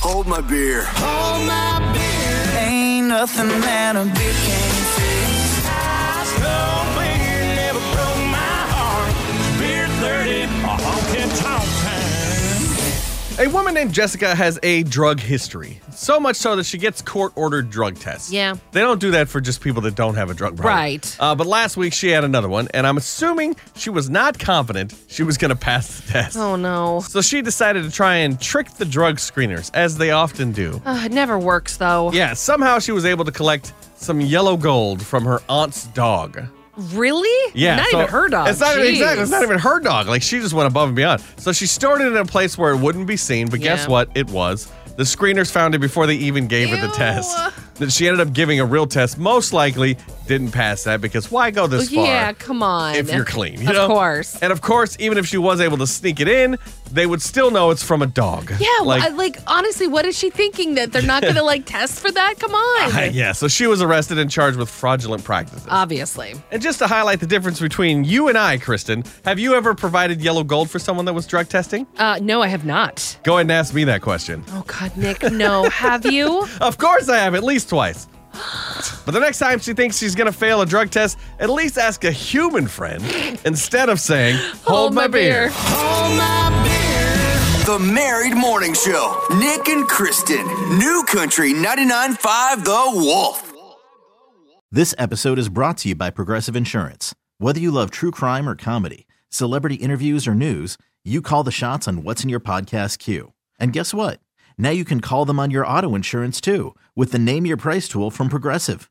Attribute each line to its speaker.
Speaker 1: Hold my beer.
Speaker 2: Hold my beer. Ain't nothing that a beer can't fix. Ice cold beer never broke my heart. Beer 30, a honking tonk time.
Speaker 3: A woman named Jessica has a drug history, so much so that she gets court ordered drug tests.
Speaker 4: Yeah.
Speaker 3: They don't do that for just people that don't have a drug problem.
Speaker 4: Right.
Speaker 3: Uh, but last week she had another one, and I'm assuming she was not confident she was going to pass the test.
Speaker 4: Oh no.
Speaker 3: So she decided to try and trick the drug screeners, as they often do.
Speaker 4: Ugh, it never works though.
Speaker 3: yeah, somehow she was able to collect some yellow gold from her aunt's dog.
Speaker 4: Really?
Speaker 3: Yeah,
Speaker 4: Not
Speaker 3: so-
Speaker 4: even her dog.
Speaker 3: It's not even- exactly. It's
Speaker 4: Jeez.
Speaker 3: not even her dog. Like she just went above and beyond. So she stored it in a place where it wouldn't be seen. But guess
Speaker 4: Yeah.
Speaker 3: what? It was. The screeners found it before they even gave her the
Speaker 4: Ew.
Speaker 3: test. That she ended up giving a real test. Most likely didn't pass that because why go this far?
Speaker 4: Oh, Yeah, come on.
Speaker 3: If you're clean, you
Speaker 4: of
Speaker 3: know?
Speaker 4: course.
Speaker 3: And of course, even if she was able to sneak it in, they would still know it's from a dog.
Speaker 4: Yeah, like, like honestly, what is she thinking that they're not gonna like test for that? Come on.
Speaker 3: yeah. So she was arrested and charged with fraudulent practices.
Speaker 4: Uh, Obviously.
Speaker 3: And just to highlight the difference between you and I, Kristen, have you ever provided yellow gold for someone that was drug testing?
Speaker 4: Uh, no, I have not.
Speaker 3: Go ahead and ask me that question.
Speaker 4: Oh God, Nick, no. have you?
Speaker 3: Of course I have, at least twice. But the next time she thinks she's gonna fail a drug test, at least ask a human friend instead of saying, Hold,
Speaker 4: Oh,
Speaker 3: my, beer.
Speaker 2: Hold my beer.
Speaker 1: The Married Morning Show. Nick and Kristen. New Country 99.5 The Wolf.
Speaker 5: This episode is brought to you by Progressive Insurance. Whether you love true crime or comedy, celebrity interviews or news, you call the shots on what's in your podcast queue. And guess what? Now you can call them on your auto insurance too with the Name Your Price tool from Progressive.